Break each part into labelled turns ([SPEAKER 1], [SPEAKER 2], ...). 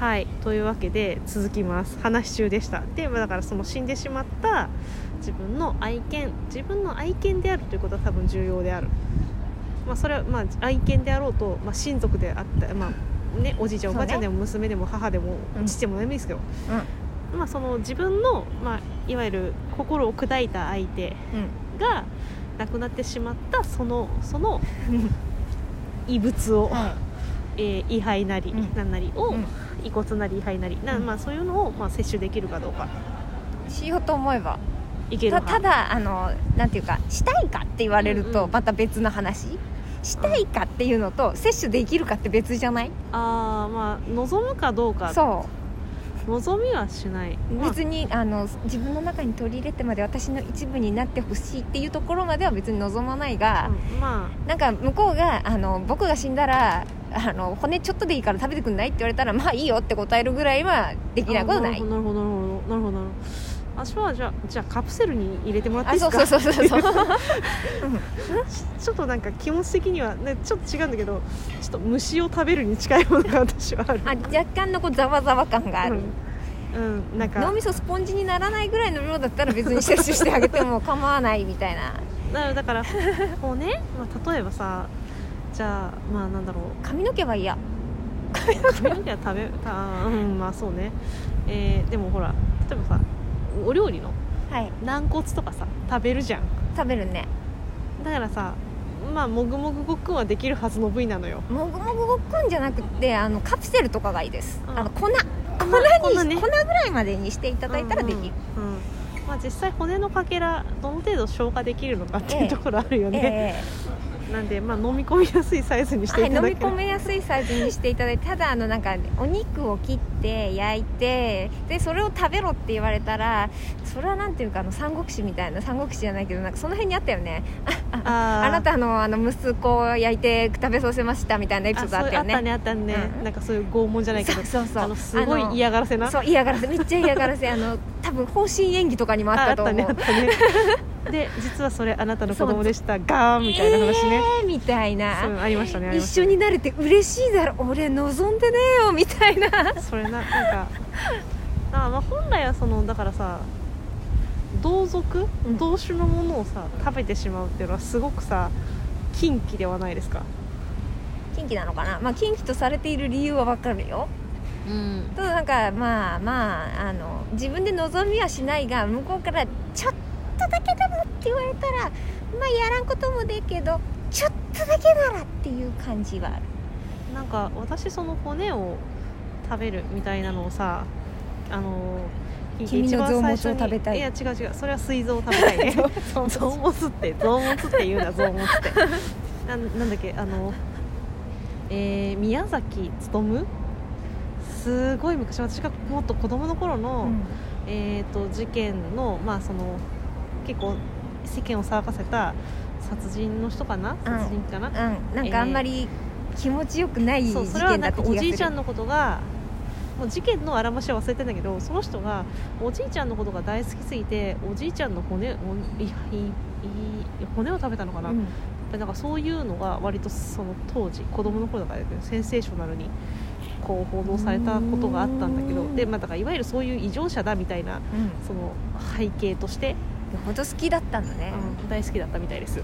[SPEAKER 1] はいというわけで続きます話中でしたでまあだからその死んでしまった自分の愛犬自分の愛犬であるということは多分重要である、まあ、それはまあ愛犬であろうと、まあ、親族であった、まあね、おじいちゃん、
[SPEAKER 2] そ
[SPEAKER 1] お
[SPEAKER 2] う
[SPEAKER 1] ばあ
[SPEAKER 2] ね
[SPEAKER 1] ちゃんでも娘でも母でも、
[SPEAKER 2] うん
[SPEAKER 1] 父でも何でもいいですけど、まあ、その自分の、まあ、いわゆる心を砕いた相手が亡くなってしまったそのそ の異物を、
[SPEAKER 2] は
[SPEAKER 1] えー遺灰なり、
[SPEAKER 2] うん
[SPEAKER 1] なんなりを、
[SPEAKER 2] うん
[SPEAKER 1] 遺骨なり遺灰なりな、
[SPEAKER 2] うん
[SPEAKER 1] まあ、そういうのを、まあ、摂取できるかどうか
[SPEAKER 2] い、しようと思えば
[SPEAKER 1] いける
[SPEAKER 2] た
[SPEAKER 1] か
[SPEAKER 2] ただあのなんていうかしたいかって言われる
[SPEAKER 1] うん
[SPEAKER 2] と
[SPEAKER 1] うん
[SPEAKER 2] また別の話、したいかっていうのと摂取できるかって別じゃない
[SPEAKER 1] あーまあ望むかどうか
[SPEAKER 2] そ
[SPEAKER 1] 望みはしない、
[SPEAKER 2] う
[SPEAKER 1] まあ
[SPEAKER 2] 別にあの自分の中に取り入れてまで私の一部になってほしいっていうところまでは別に望まないが、
[SPEAKER 1] うんま
[SPEAKER 2] なんか向こうがあの僕が死んだらあの骨ちょっとでいいから食べてくんないって言われたらまあいいよって答えるぐらいはで
[SPEAKER 1] あ
[SPEAKER 2] きないことな
[SPEAKER 1] あ
[SPEAKER 2] い
[SPEAKER 1] なるほどなるほどなるほどなるほどなるほど足はじゃあじゃあカプセルに入れてもらってい
[SPEAKER 2] あ
[SPEAKER 1] いで
[SPEAKER 2] そ
[SPEAKER 1] す
[SPEAKER 2] う
[SPEAKER 1] か
[SPEAKER 2] そうそうそうそう
[SPEAKER 1] ちちょっとなんか 気持ち的には、ね、ちょっと違うんだけどちょっと虫を食べるに近いものが 私はある
[SPEAKER 2] あ若干のこうざわざわ感がある、
[SPEAKER 1] うん、うん、なん
[SPEAKER 2] 脳
[SPEAKER 1] か
[SPEAKER 2] みそスポンジにならないぐらいの量だったら別に摂取してあげても構わないみたいな
[SPEAKER 1] だだからこうね、まあ、例えばさじゃあまあなんだろう
[SPEAKER 2] 髪の毛は嫌
[SPEAKER 1] 髪の毛は食べたうんまあそうね、えーでもほら例えばさお料理の
[SPEAKER 2] はい
[SPEAKER 1] 軟骨とかさ食べるじゃん
[SPEAKER 2] 食べるね
[SPEAKER 1] だからさまあもぐもぐごっくんはできるはずの部位なのよ
[SPEAKER 2] もぐもぐごっくんじゃなくてあのカプセルとかがいいです、
[SPEAKER 1] うん
[SPEAKER 2] あの粉粉に
[SPEAKER 1] 粉ね
[SPEAKER 2] 粉ぐらいまでにしていただいたらできる、
[SPEAKER 1] うんうん、うんまあ、実際骨のかけらどの程度消化できるのかってい
[SPEAKER 2] え
[SPEAKER 1] う
[SPEAKER 2] え
[SPEAKER 1] ところあるよね、
[SPEAKER 2] え
[SPEAKER 1] なんで、まあ、飲み込みやすいサイズに
[SPEAKER 2] え
[SPEAKER 1] していただ
[SPEAKER 2] はい、飲み
[SPEAKER 1] けれ
[SPEAKER 2] 込
[SPEAKER 1] ば、
[SPEAKER 2] めやすいサイズにしていただいてただあのなんかお肉を切って焼いてでそれを食べろって言われたらそれはなんていうかあの三国志みたいな三国志じゃないけどなんかその辺にあったよね
[SPEAKER 1] あー
[SPEAKER 2] あなたのあの息子を焼いて食べさせましたみたいなエピソードあったよね
[SPEAKER 1] あそうあったねあったね、
[SPEAKER 2] うん
[SPEAKER 1] なんかそういう拷問じゃないけど
[SPEAKER 2] そうそうそう
[SPEAKER 1] あのすご
[SPEAKER 2] あの
[SPEAKER 1] い嫌がらせな
[SPEAKER 2] そう嫌がらせめっちゃ嫌がらせあの多分方針演技とかにもあったと思う
[SPEAKER 1] ああったね あったねで実はそれあなたの子供でしたガーンみたいな話ね、
[SPEAKER 2] えーみたい
[SPEAKER 1] そう
[SPEAKER 2] な
[SPEAKER 1] ありましたねあり
[SPEAKER 2] 一
[SPEAKER 1] ました
[SPEAKER 2] 緒
[SPEAKER 1] ね
[SPEAKER 2] になれて嬉しいだろ俺望んでねえよみたいな
[SPEAKER 1] それななんか あまあ本来はそのだからさ同族、
[SPEAKER 2] うん
[SPEAKER 1] 同種のものをさ食べてしまうっていうのはすごくさ禁忌ではないですか
[SPEAKER 2] 近畿なのかなまあ近畿とされている理由はわかるよ
[SPEAKER 1] うん
[SPEAKER 2] ただなんかまあまああの自分で望みはしないが向こうからちょっとだけでもって言われたらまあやらんこともでけどちょっとだけならっていう感じはある
[SPEAKER 1] なんか私その骨を食べるみたいなのをさあの聞いて
[SPEAKER 2] 君の
[SPEAKER 1] 一番最初
[SPEAKER 2] 臓物を
[SPEAKER 1] に
[SPEAKER 2] 食べたい
[SPEAKER 1] いや違う違うそれは膵臓を食べたい ね臓物って臓物って言うな臓物って なんなんだっけあの、えー宮崎勉すごい昔私がもっと子供の頃の、えー、と事件の,、まあ、その結構世間を騒がせた殺人の人かな殺人かな、
[SPEAKER 2] うん、なんかあんまり気持ちよくない事
[SPEAKER 1] そう
[SPEAKER 2] 件
[SPEAKER 1] それは
[SPEAKER 2] だ
[SPEAKER 1] な
[SPEAKER 2] っ
[SPEAKER 1] んか
[SPEAKER 2] た気
[SPEAKER 1] お
[SPEAKER 2] が
[SPEAKER 1] じいち
[SPEAKER 2] す
[SPEAKER 1] ゃ
[SPEAKER 2] る
[SPEAKER 1] んのことがもう事件のあらましは忘れてんだけどその人がおじいちゃんのことが大好きすぎておじいちゃんの骨をいいい骨を食べたのかな,、
[SPEAKER 2] うん
[SPEAKER 1] なんかそういうのが割とその当時子供の頃だからだけどセンセーショナルにこう報道されたことがあったんだけ
[SPEAKER 2] う
[SPEAKER 1] ど
[SPEAKER 2] ん
[SPEAKER 1] で、まあ、だからいわゆるそういう異常者だみたいな
[SPEAKER 2] うん、よ
[SPEAKER 1] その背景として、
[SPEAKER 2] ほど好きだったんだね、
[SPEAKER 1] 大好きだったみたいです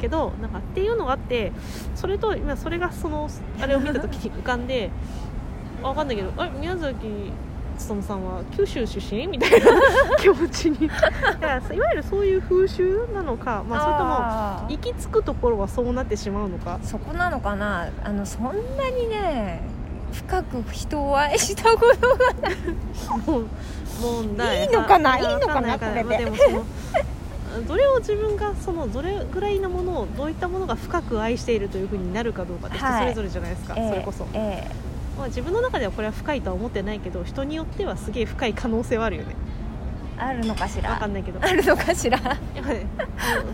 [SPEAKER 1] けどなんかっていうのがあってそれと今それがそのあれを見た時に 浮かんであわかんないけどあれ宮崎勉さんは九州出身みたい な気持ちにだからいわゆるそういう風習なのか、まあ、それとも
[SPEAKER 2] あー
[SPEAKER 1] 行き着くところはそうなってしまうのか
[SPEAKER 2] そこなのかなあのそんなにね深く人を愛したことが
[SPEAKER 1] もう問題
[SPEAKER 2] いいのかない
[SPEAKER 1] や
[SPEAKER 2] いのかな
[SPEAKER 1] わんい
[SPEAKER 2] こ
[SPEAKER 1] まあ
[SPEAKER 2] れ
[SPEAKER 1] で
[SPEAKER 2] で
[SPEAKER 1] もそのどれを自分がそのどれぐらいのものをどういったものが深く愛しているというふうになるかどうかって人
[SPEAKER 2] はい
[SPEAKER 1] それぞれじゃないですか、 それこそ、
[SPEAKER 2] ええ
[SPEAKER 1] まあ、自分の中ではこれは深いとは思ってないけど人によってはすげえ深い可能性はあるよね
[SPEAKER 2] あるのかし
[SPEAKER 1] わから んないけど
[SPEAKER 2] あるのかしら
[SPEAKER 1] やっぱねあの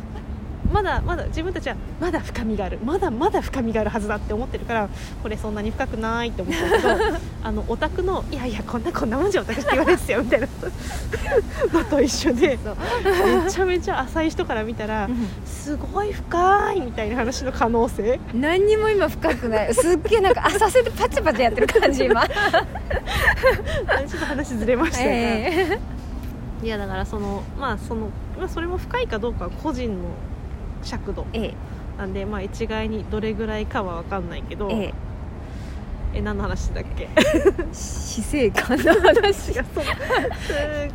[SPEAKER 1] まだまだ自分たちはまだ深みがあるまだまだ深みがあるはずだって思ってるからこれそんなに深くないって思ったけどあのオタクの「いやいやこんなこんなもんじゃオタクって言われてたよ」みたいなのと一緒でめちゃめちゃ浅い人から見たらすごい深いみたいな話の可能性
[SPEAKER 2] 何にも今深くないすっげえなんか浅瀬でパチパチやってる感 じ今
[SPEAKER 1] あちょっと話ずれましたが、
[SPEAKER 2] え
[SPEAKER 1] いやだからそのまあその、まあ、それも深いかどうかは個人の尺度
[SPEAKER 2] ええ
[SPEAKER 1] なんでまあ一概にどれぐらいかは分かんないけど、
[SPEAKER 2] ええ
[SPEAKER 1] え何の話だっけ
[SPEAKER 2] 死生観の話
[SPEAKER 1] いやそのす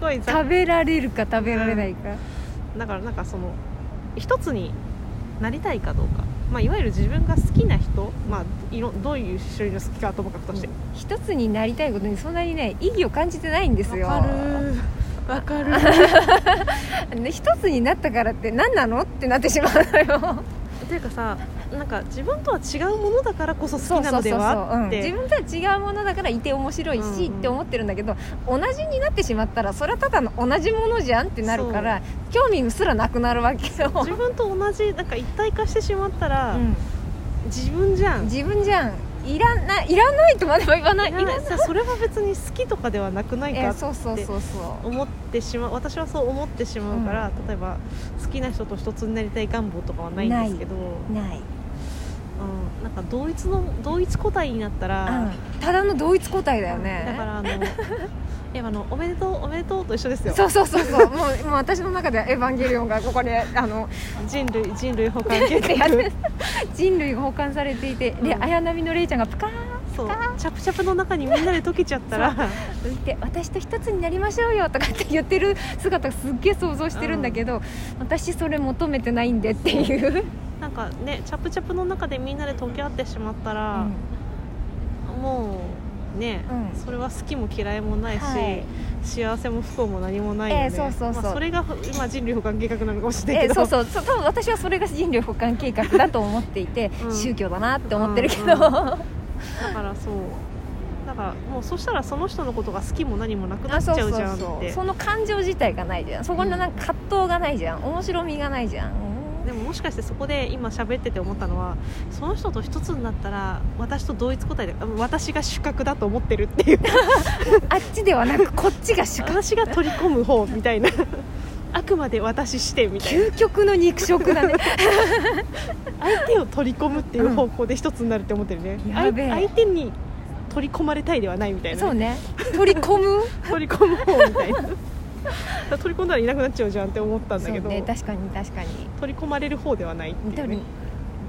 [SPEAKER 1] ごいざっ
[SPEAKER 2] 食べられるか食べられないか、
[SPEAKER 1] だからなんかその一つになりたいかどうか、まあ、いわゆる自分が好きな人、まあ、いろどういう種類の好きかはともかくとして、
[SPEAKER 2] 一つになりたいことにそんなにね意義を感じてないんですよ
[SPEAKER 1] わかるわかる
[SPEAKER 2] ね一つになったからって何なのってなってしまうのよ
[SPEAKER 1] っていうかさなんか自分とは違うものだからこそ好きなので
[SPEAKER 2] そうそうそうそう
[SPEAKER 1] は
[SPEAKER 2] うん
[SPEAKER 1] って
[SPEAKER 2] 自分とは違うものだからいて面白いし、
[SPEAKER 1] うんうん
[SPEAKER 2] って思ってるんだけど同じになってしまったらそれはただの同じものじゃんってなるから興味すらなくなるわけよ、
[SPEAKER 1] 自分と同じなんか一体化してしまったら、
[SPEAKER 2] う
[SPEAKER 1] 自分じゃ
[SPEAKER 2] ん、
[SPEAKER 1] ん
[SPEAKER 2] 自分じゃんいらないいらないとまでは言わないいらない
[SPEAKER 1] いやさそれは別に好きとかではなくない
[SPEAKER 2] え
[SPEAKER 1] か
[SPEAKER 2] ー
[SPEAKER 1] っ
[SPEAKER 2] そうそう
[SPEAKER 1] て
[SPEAKER 2] そうそう
[SPEAKER 1] 思ってしまう私はそう思ってしまうから、例えば好きな人と一つになりたい願望とかはないんですけど、うん、
[SPEAKER 2] ない、
[SPEAKER 1] なんか同一の同一個体になった
[SPEAKER 2] うん
[SPEAKER 1] ら、、
[SPEAKER 2] ただの同一個体だよね
[SPEAKER 1] だ からあのいやあのおめでとうおめでとうと一緒ですよ
[SPEAKER 2] そうそうそうそうもうもう私の中では「エヴァンゲリオン」がここに あの
[SPEAKER 1] 人類人類保管計
[SPEAKER 2] いや
[SPEAKER 1] 画
[SPEAKER 2] 人類が保管されていて、で
[SPEAKER 1] うん
[SPEAKER 2] 綾波のレイちゃんがプカーン
[SPEAKER 1] そうチャプチャプの中にみんなで溶けちゃったら
[SPEAKER 2] 浮いて私と一つになりましょうよとかって言ってる姿すっげえ想像してるんだけど、私それ求めてないんでっていう、
[SPEAKER 1] なんかねチャプチャプの中でみんなで溶け合ってしまった
[SPEAKER 2] う
[SPEAKER 1] ら、もうね、
[SPEAKER 2] うん
[SPEAKER 1] それは好きも嫌いもないし、
[SPEAKER 2] はい
[SPEAKER 1] 幸せも不幸も何もないよね、
[SPEAKER 2] ええそうそうそう
[SPEAKER 1] まあ、それが今人類保管計画なのかもしれない
[SPEAKER 2] え
[SPEAKER 1] けど
[SPEAKER 2] そうそうそう多分私はそれが人類保管計画だと思っていて、
[SPEAKER 1] うん
[SPEAKER 2] 宗教だなって思ってるけど、
[SPEAKER 1] うんうんだからそうだからもうそしたらその人のことが好きも何もなくな
[SPEAKER 2] あ
[SPEAKER 1] っち
[SPEAKER 2] そう
[SPEAKER 1] ゃ
[SPEAKER 2] そう
[SPEAKER 1] うじゃんって
[SPEAKER 2] そうその感情自体がないじゃんそこになんか葛藤がないじゃん面白みがないじゃ ん、
[SPEAKER 1] でももしかしてそこで今喋ってて思ったのはその人と一つになったら私と同一個体で私が主角だと思ってるって いう
[SPEAKER 2] あっちではなくこっちが主観
[SPEAKER 1] 私が取り込む方みたいな あくまで私してみたいな
[SPEAKER 2] 究極の肉食だね
[SPEAKER 1] 相手を取り込むっていう方向で一つになるって思ってるね、
[SPEAKER 2] うん
[SPEAKER 1] あい
[SPEAKER 2] やべえ
[SPEAKER 1] 相手に取り込まれたいではないみたいな
[SPEAKER 2] そうね取り込む
[SPEAKER 1] 取り込む方みたいなだから取り込んだらいなくなっちゃうじゃんって思ったんだ
[SPEAKER 2] そう
[SPEAKER 1] けど、
[SPEAKER 2] ね確かに確かに
[SPEAKER 1] 取り込まれる方ではないっていう、
[SPEAKER 2] 取
[SPEAKER 1] ね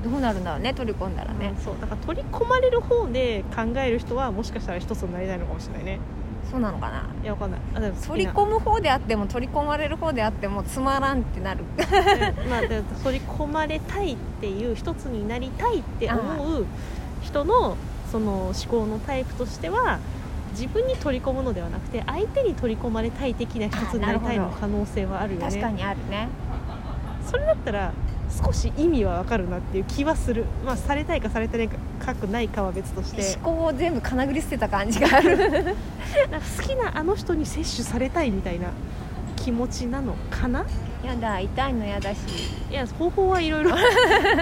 [SPEAKER 2] りどうなるんだろうね取り込んだらね
[SPEAKER 1] うん、そうだから取り込まれる方で考える人はもしかしたら一つになりたいのかもしれないね
[SPEAKER 2] そうなのかない
[SPEAKER 1] やわかんないあでも好
[SPEAKER 2] 取
[SPEAKER 1] き
[SPEAKER 2] り
[SPEAKER 1] な
[SPEAKER 2] 込む方であっても取り込まれる方であってもつまらんってなる
[SPEAKER 1] うん まあ、で取り込まれたいっていう一つになりたいって思う人のその思考のタイプとしては自分に取り込むのではなくて相手に取り込まれたい的な一つになりたい
[SPEAKER 2] あ
[SPEAKER 1] の
[SPEAKER 2] なるほど
[SPEAKER 1] 可能性はあるよ
[SPEAKER 2] 確か
[SPEAKER 1] ね
[SPEAKER 2] にあるね
[SPEAKER 1] それだったら少し意味はわかるなっていう気はする、まあ、されたいかされてないかかくないかは別と して
[SPEAKER 2] 思考を全部かなぐり捨てた感じがある
[SPEAKER 1] なんか好きなあの人に摂取されたいみたいな気持ちなのかな
[SPEAKER 2] やだ痛いのやだし
[SPEAKER 1] いや方法はいろ いろ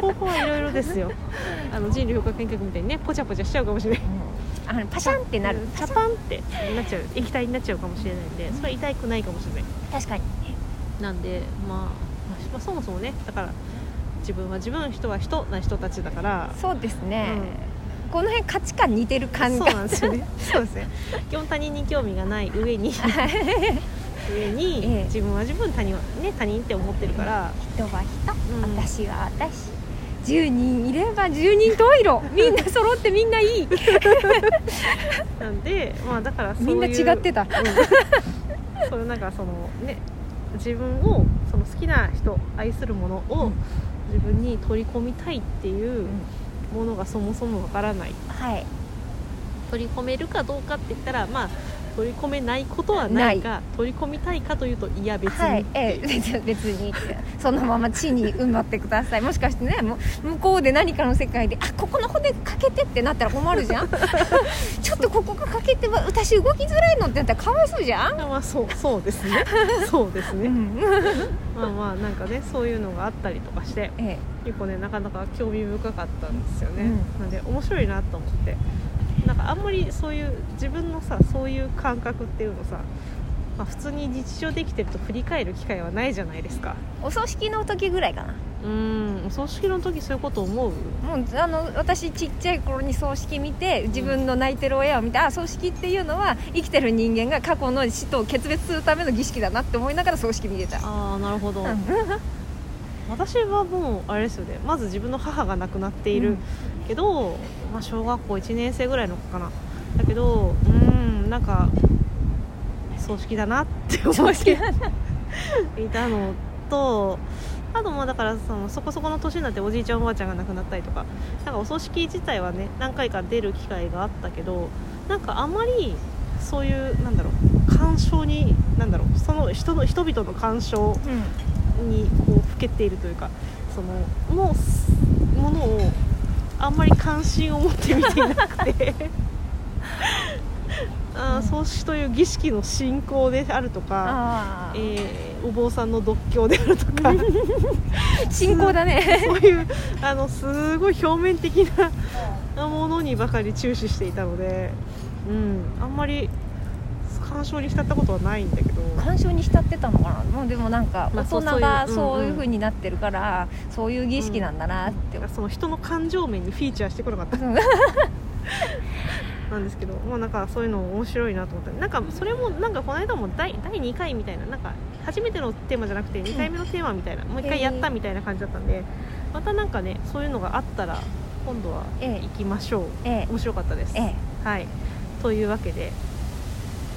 [SPEAKER 1] 方法はいろいろですよあの人類保管計画みたいにねポチャポチャしちゃうかもしれない
[SPEAKER 2] あのパシャンってなる
[SPEAKER 1] うんチ
[SPEAKER 2] パ
[SPEAKER 1] ャ
[SPEAKER 2] シャン
[SPEAKER 1] パンってなっちゃう液体になっちゃうかもしれないんでそれは痛くないかもしれない
[SPEAKER 2] 確かに
[SPEAKER 1] なんで、まあ、まあそもそもねだから自分は自分人は人な人たちだから
[SPEAKER 2] そうですね、この辺価値観似てる感
[SPEAKER 1] そう
[SPEAKER 2] じ
[SPEAKER 1] なんですよねそうですね基本他人に興味がない上に上に、
[SPEAKER 2] ええ
[SPEAKER 1] 自分は自分他人はね他人って思ってるから、
[SPEAKER 2] 人は人、
[SPEAKER 1] うん
[SPEAKER 2] 私は私10人いれば10人十 色みんな揃ってみんないい
[SPEAKER 1] なんでまあだからそうい
[SPEAKER 2] み
[SPEAKER 1] うん
[SPEAKER 2] な違ってた
[SPEAKER 1] うんそのなんかそのね自分をその好きな人愛するもの
[SPEAKER 2] う
[SPEAKER 1] を
[SPEAKER 2] ん
[SPEAKER 1] 自分に取り込みたいっていうものがそもそもわからない
[SPEAKER 2] はい
[SPEAKER 1] 取り込めるかどうかって言ったらまあ取り込めないことはないが取り込みたいかというといや別に、
[SPEAKER 2] はい、え え別別にってそのまま地に埋まってくださいもしかしてねもう向こうで何かの世界であここの骨かけてってなったら困るじ ゃんちょっとここがかけてわ私動きづらいのってなったらかわいそうじゃん、
[SPEAKER 1] まあそうそうです ねそうです
[SPEAKER 2] う
[SPEAKER 1] ね
[SPEAKER 2] ん、
[SPEAKER 1] まあまあなんかねそういうのがあったりとかして
[SPEAKER 2] ええ
[SPEAKER 1] 結構ねなかなか興味深かったんですよね、
[SPEAKER 2] うん
[SPEAKER 1] なんで面白いなと思ってなんかあんまりそういう自分のさそういう感覚っていうのさ、まあ、普通に日常できてると振り返る機会はないじゃないですか
[SPEAKER 2] お葬式の時ぐらいかな
[SPEAKER 1] うーんお葬式の時そういうこと思う
[SPEAKER 2] もうあの私ちっちゃい頃に葬式見て自分の泣いてる親を見て、あ葬式っていうのは生きてる人間が過去の死と決別するための儀式だなって思いながら葬式見てた、
[SPEAKER 1] ああなるほど、
[SPEAKER 2] うん
[SPEAKER 1] 私はもうあれですよねまず自分の母が亡くなっているけど、まあ、小学校1年生ぐらいの子かなだけどうーんなんか葬式だなっ て思
[SPEAKER 2] 葬
[SPEAKER 1] っ
[SPEAKER 2] 式
[SPEAKER 1] ていたのとあとまあだからそのそこそこの年になっておじいちゃんおばあちゃんが亡くなったりとかなんかお葬式自体はね何回か出る機会があったけどなんかあまりそういうなんだろう干渉になんだろうその人の人々の干渉
[SPEAKER 2] うん
[SPEAKER 1] にこう老けているというかそのもうものをあんまり関心を持って見ていなく てあー
[SPEAKER 2] うん
[SPEAKER 1] 葬式という儀式の進行であるとか、
[SPEAKER 2] あ
[SPEAKER 1] え
[SPEAKER 2] ー
[SPEAKER 1] ーお坊さんの独協であるとか
[SPEAKER 2] 信仰だね
[SPEAKER 1] そういうあのすごい表面的なものにばかり注視していたので、うん、あんまり干渉に浸ったことはないんだけど。
[SPEAKER 2] 干渉に浸ってたのかなもうでもなんか
[SPEAKER 1] ま
[SPEAKER 2] 大
[SPEAKER 1] あそう
[SPEAKER 2] 人が
[SPEAKER 1] そういううんうん
[SPEAKER 2] そういうふうになってるからそういう儀式なんだなって、
[SPEAKER 1] その人の感情面にフィーチャーしてこ なかった
[SPEAKER 2] うん
[SPEAKER 1] なんですけど、まあ、なんかそういうの面白いなと思ったなんかそれもなんかこの間も第第2回みたいななんか初めてのテーマじゃなくて2回目のテーマみたいな、もう1回やったみたいな感じだったんでまたなんかねそういうのがあったら今度は
[SPEAKER 2] ええ
[SPEAKER 1] 行きましょう、
[SPEAKER 2] ええ
[SPEAKER 1] 面白かったです、
[SPEAKER 2] ええ
[SPEAKER 1] はいというわけで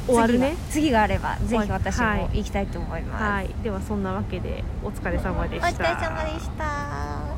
[SPEAKER 1] 終わるね
[SPEAKER 2] 次が次があればぜひ私
[SPEAKER 1] は
[SPEAKER 2] も
[SPEAKER 1] い
[SPEAKER 2] 行きたいと思います、
[SPEAKER 1] はいではそんなわけでお疲れ様で
[SPEAKER 2] お疲れ様でした